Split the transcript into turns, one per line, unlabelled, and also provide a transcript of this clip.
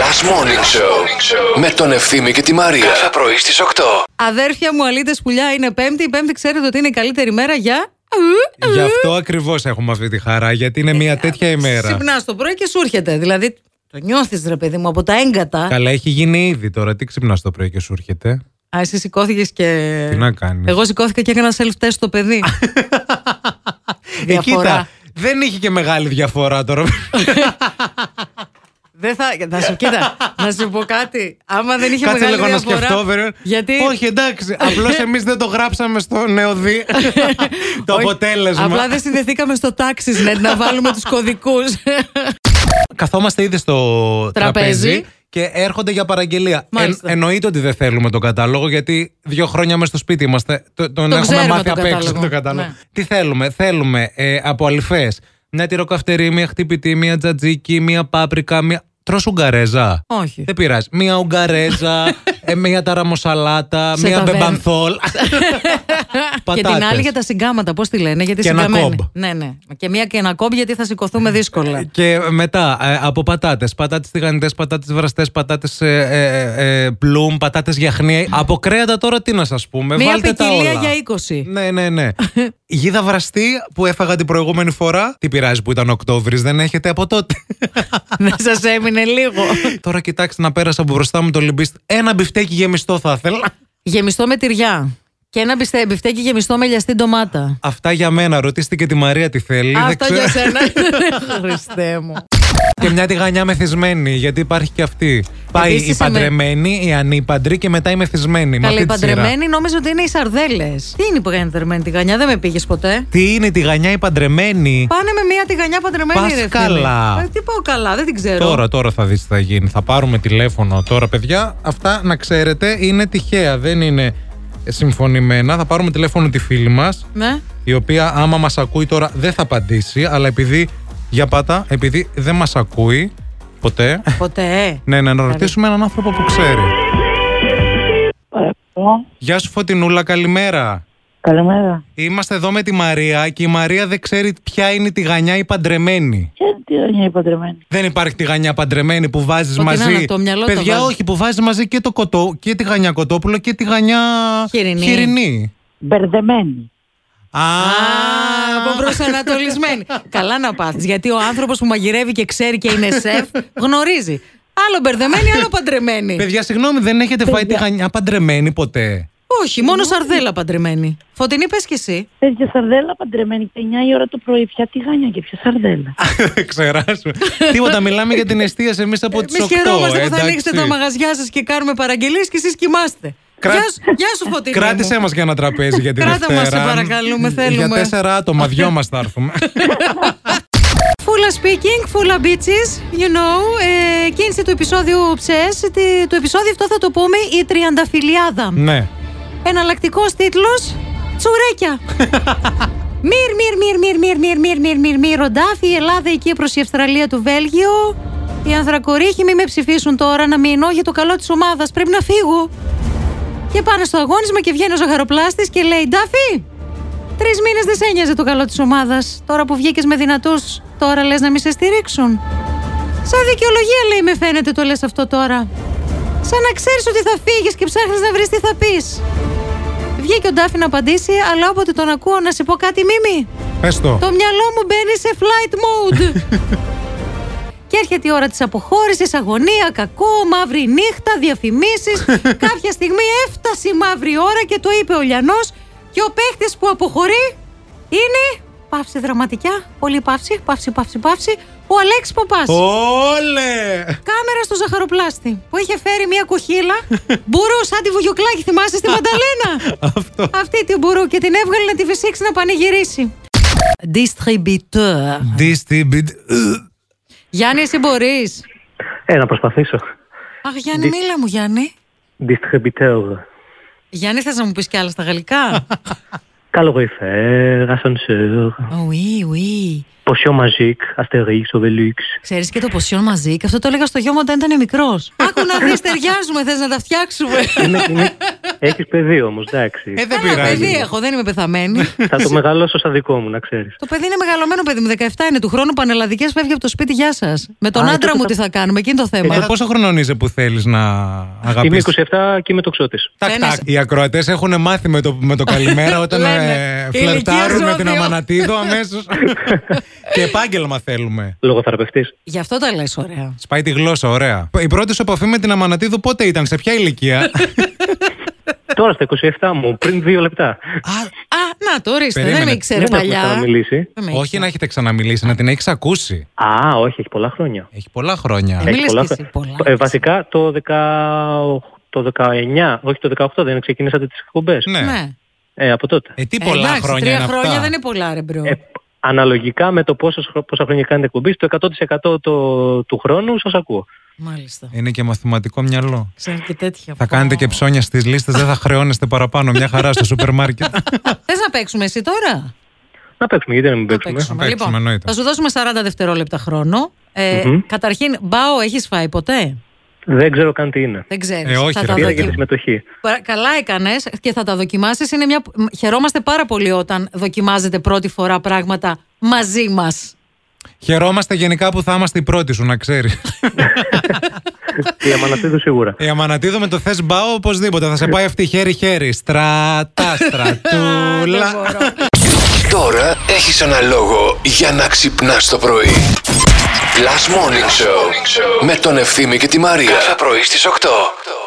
Last Morning Show με τον Ευθύμη και τη Μαρία. Κάθε πρωί στις 8.
Αδέρφια μου, αλίτε πουλιά, είναι Πέμπτη. Η Πέμπτη ξέρετε ότι είναι η καλύτερη μέρα για.
Γι' αυτό ακριβώς έχουμε αυτή τη χαρά, γιατί είναι μια τέτοια ημέρα.
Ε, Ξυπνά το πρωί και σου έρχεται. Δηλαδή, το νιώθεις ρε παιδί μου από τα έγκατα.
Καλά, έχει γίνει ήδη τώρα. Τι ξυπνάς το πρωί και σου έρχεται.
Α, εσύ σηκώθηκες και.
Τι να κάνεις.
Ε, Εγώ σηκώθηκα και έκανα self-test στο παιδί.
Ε,
Διαφορά.
κοίτα, δεν είχε και μεγάλη διαφορά τώρα.
Δεν θα. Να σου, κοίτα, να σου πω κάτι. Άμα δεν είχε
Κάτσε
μεγάλη
λίγο να
διαφορά.
σκεφτώ, βέβαια.
Γιατί.
Όχι, εντάξει. Απλώς εμείς δεν το γράψαμε στο νεοδί. το
όχι,
αποτέλεσμα.
Απλά δεν συνδεθήκαμε στο τάξη να βάλουμε τους κωδικούς.
Καθόμαστε ήδη στο
Τραπέζι.
τραπέζι, και έρχονται για παραγγελία. Ε,
Μάλιστα.
εννοείται ότι δεν θέλουμε τον κατάλογο, γιατί δύο χρόνια μέσα στο σπίτι είμαστε. Το, τον, έχουμε
ξέρουμε
μάθει
τον
απ' έξω
κατάλογο.
τον κατάλογο.
Ναι.
Τι θέλουμε, θέλουμε ε, από αληφέ. Μια τυροκαυτερή, μια χτυπητή, μια τζατζίκι, μια πάπρικα, μια. Τρως ουγγαρέζα.
Όχι.
Δεν πειράζει. Μια ουγγαρέζα, ε, μια ταραμοσαλάτα,
Σε
μια
ταβέρνα.
μπεμπανθόλ.
και την άλλη για τα συγκάματα, πώς τη λένε, γιατί
Και ένα
συγκαμένη.
κόμπ.
Ναι, ναι. Και μία και ένα κόμπ, γιατί θα σηκωθούμε δύσκολα.
Και μετά ε, από πατάτες. Πατάτες τηγανιτές, πατάτες βραστές, πατάτες ε, ε, ε, πλουμ, πατάτες γιαχνί. από κρέατα τώρα τι να σας πούμε.
Μία
Βάλτε τα
ποικιλία
όλα.
για 20.
Ναι, ναι, ναι. Γίδα βραστή που έφαγα την προηγούμενη φορά. Τι πειράζει που ήταν Οκτώβρης, δεν έχετε από τότε.
Να σας έμεινε λίγο.
τώρα κοιτάξτε να πέρασα από μπροστά μου το λιμπίστ. Ένα μπιφτέκι γεμιστό θα ήθελα.
γεμιστό με τυριά. Και ένα μπιστε- μπιφτέκι γεμιστό με λιαστή ντομάτα.
Αυτά για μένα. Ρωτήστε και τη Μαρία τι θέλει. δεν
Αυτό
ξέρω.
για σένα. Χριστέ μου.
Και μια τηγανιά μεθυσμένη, γιατί υπάρχει και αυτή. Πάει
Επίσης
η
είμαι-
παντρεμένη, η ανήπαντρη και μετά η μεθυσμένη. με
Καλή
αυτή τη σειρά.
παντρεμένη, νόμιζα ότι είναι οι σαρδέλες. Τι είναι η παντρεμένη τη γανιά, δεν με πήγες ποτέ.
Τι είναι η τηγανιά η παντρεμένη.
Πάνε με μία τηγανιά παντρεμένη,
Πας
ρε φίλε.
καλά.
Ε, Τι πάω καλά, δεν την ξέρω.
Τώρα, τώρα θα δεις τι θα γίνει. Θα πάρουμε τηλέφωνο τώρα, παιδιά. Αυτά να ξέρετε είναι τυχαία, δεν είναι συμφωνημένα. Θα πάρουμε τηλέφωνο τη φίλη μας,
Ναι.
η οποία άμα μας ακούει τώρα δεν θα απαντήσει, αλλά επειδή, για πάτα, επειδή δεν μας ακούει ποτέ,
Ποτέ.
ναι, ναι, να ρωτήσουμε έναν άνθρωπο που ξέρει.
Παρακαλώ.
Γεια σου Φωτεινούλα, καλημέρα.
Καλημέρα.
Είμαστε εδώ με τη Μαρία και η Μαρία δεν ξέρει ποια είναι η τηγανιά η παντρεμένη.
Και τι είναι η παντρεμένη.
Δεν υπάρχει τηγανιά παντρεμένη που βάζεις
Ότι να,
μαζί.
να, το μυαλό το
Παιδιά,
βάζεις.
όχι, που βάζεις μαζί και, το κοτό, και τη γανιά κοτόπουλο και τη γανιά
Χοιρινή.
Μπερδεμένη.
Α,
Από προσανατολισμένη. Καλά να πάθεις. Γιατί ο άνθρωπος που μαγειρεύει και ξέρει και είναι σεφ γνωρίζει. Άλλο μπερδεμένη, άλλο παντρεμένη.
Παιδιά, συγγνώμη, δεν έχετε φάει τη γανιά παντρεμένη ποτέ.
Όχι, μόνο σαρδέλα παντρεμένη. Φωτεινή, πες κι εσύ.
Θες και σαρδέλα παντρεμένη και 9 η ώρα το πρωί. Ποια τη γάνια και ποια σαρδέλα.
Ξεράσου. Τίποτα, μιλάμε για την εστίαση εμείς από τι 8.
Εμεί Ε, χαιρόμαστε που θα
εντάξει.
ανοίξετε τα μαγαζιά σας και κάνουμε παραγγελίες και εσείς κοιμάστε.
Κρά-
Γεια, σου- γεια σου, Φωτεινή.
Κράτησέ
μου.
μας για ένα τραπέζι για την
Κράτα μας,
Δευτέρα.
σε παρακαλούμε, θέλουμε.
Για τέσσερα άτομα, δυο μας θα έρθουμε.
Φούλα speaking, φούλα bitches, you know. Ε, κίνηση του επεισόδιου ψες. Τι- Το επεισόδιο αυτό θα το πούμε η Τριανταφυλιάδα.
ναι.
Εναλλακτικός τίτλος Τσουρέκια. Μυρ, μυρ, μυρ, μυρ, μυρ, μυρ, μυρ, μυρ, μυρ, μυρ, ροντάφι, η Ελλάδα εκεί προ η Αυστραλία του Βέλγιο. Οι ανθρακορίχοι μη με ψηφίσουν τώρα να μείνω για το καλό της ομάδας. Πρέπει να φύγω. Και πάνε στο αγώνισμα και βγαίνει ο ζαχαροπλάστης και λέει: Ντάφι, τρεις μήνες δεν σε ένοιαζε το καλό της ομάδας. Τώρα που βγήκες με δυνατούς, τώρα λες να μη σε στηρίξουν. Σαν δικαιολογία λέει με φαίνεται το λες αυτό τώρα. Σαν να ξέρεις ότι θα φύγεις και ψάχνεις να βρεις τι θα πεις. Βγήκε ο Ντάφι να απαντήσει, αλλά όποτε τον ακούω να σε πω κάτι, Μίμη.
Πες το.
Το μυαλό μου μπαίνει σε flight mode. Και έρχεται η ώρα της αποχώρησης, αγωνία, κακό, μαύρη νύχτα, διαφημίσεις. Κάποια στιγμή έφτασε η μαύρη ώρα και το είπε ο Λιανός και ο παίχτης που αποχωρεί είναι... Παύση δραματικά, πολύ παύση, παύση, παύση, παύση. Ο Αλέξης Παπάς.
Όλε!
Κάμερα στο ζαχαροπλάστη που είχε φέρει μια κοχύλα μπουρού σαν τη βουγιουκλάκη, θυμάσαι στη Μανταλένα.
Αυτό.
Αυτή την μπουρού και την έβγαλε να τη φυσήξει να πανηγυρίσει. Distributeur.
Distribute.
Γιάννη, εσύ μπορείς.
Ε, να προσπαθήσω.
Αχ, Γιάννη, μίλα μου, Γιάννη.
Distributeur.
Γιάννη, θες να μου πεις κι άλλα στα γαλλικά.
Calorifère, ascenseur,
Oui, oui.
potion magique, astérix, obélix.
Ξέρεις και το ποσιόν μαζί. Και αυτό το έλεγα στο γιο μου όταν ήταν μικρός. Άκου να δεις, ταιριάζουμε, θες να τα φτιάξουμε.
είναι, είναι, Έχεις παιδί όμως, εντάξει.
Ε, δεν
Καλά, παιδί
πειράζει.
έχω, δεν είμαι πεθαμένη.
Θα το μεγαλώσω σαν δικό μου, να ξέρεις.
το παιδί είναι μεγαλωμένο παιδί μου, 17 είναι του χρόνου. Πανελλαδικές φεύγει από το σπίτι, γεια σας. Με τον
Α,
άντρα
τότε
μου
θα-
τι θα κάνουμε, εκείνο το θέμα.
Μα εδώ Ε, πόσο χρονών είσαι που θέλεις να
Είμαι
αγαπήσει.
27 και είμαι τοξότη.
Τακ,
Ένας-
τακ. Οι ακροατές έχουν μάθει με το, με το καλημέρα όταν
Λένε,
ε,
ηλικία
φλερτάρουν με την
ζώδιο.
Αμανατίδο αμέσως. και επάγγελμα θέλουμε.
Λογοθεραπευτής.
Γι' αυτό τα λες ωραία.
Σπάει τη γλώσσα, ωραία. Η πρώτη σου επαφή με την Αμανατίδου πότε ήταν, σε ποια ηλικία.
Τώρα στα 27 μου, πριν δύο λεπτά.
Α, να το ορίστε,
Περίμενε.
δεν με ήξερε
Δεν έχουμε
παλιά.
ξαναμιλήσει.
Δεν με
όχι να έχετε ξαναμιλήσει, να την έχεις ακούσει.
Α, όχι, έχει πολλά χρόνια.
Έχει πολλά χρόνια.
Ε, Μίλες
πολλά
κι εσύ
χρο-
πολλά.
Ε, βασικά το, 18 το 19, όχι το 18, δεν ξεκινήσατε τις εκπομπές.
ναι.
Ναι.
Ε, από τότε.
Ε, τι πολλά
Εντάξει,
χρόνια
Τρία
είναι
χρόνια
αυτά.
δεν είναι πολλά, ρε μπρο.
Ε, αναλογικά με το πόσες, χρο- πόσα χρόνια κάνετε εκπομπή, το 100% το, του χρόνου σας ακούω.
Μάλιστα.
Είναι και μαθηματικό μυαλό.
Ξέρει και τέτοια.
Θα κάνετε και ψώνια στις λίστες, δεν θα χρεώνεστε παραπάνω. Μια χαρά στο σούπερ μάρκετ.
Θες να παίξουμε εσύ τώρα.
Να παίξουμε, γιατί να μην
Να
παίξουμε.
παίξουμε. Λοιπόν,
Να παίξουμε, εννοείται.
θα σου δώσουμε 40 δευτερόλεπτα χρόνο. Ε,
Μμμ.
Καταρχήν, μπάο, έχεις φάει ποτέ.
Δεν ξέρω καν τι είναι.
Δεν ξέρεις.
Ε, όχι,
θα
ρε
τα
παιδί
Πήρα
δοκι-
και τη συμμετοχή.
Παρα- Καλά έκανες και θα τα δοκιμάσεις. Είναι μια... Χαιρόμαστε πάρα πολύ όταν δοκιμάζετε πρώτη φορά πράγματα μαζί μας.
Χαιρόμαστε γενικά που θα είμαστε οι πρώτοι σου, να ξέρεις.
Η Αμανατίδου σίγουρα.
Η Αμανατίδο με Ε, το θες μπάω οπωσδήποτε.
Ε.
Θα σε πάει αυτή χέρι-χέρι. Στρατά, στρατούλα.
Τώρα έχεις ένα λόγο για να ξυπνάς το πρωί. Last Morning Show με τον Ευθύμη και τη Μαρία. Κάθε πρωί στις 8.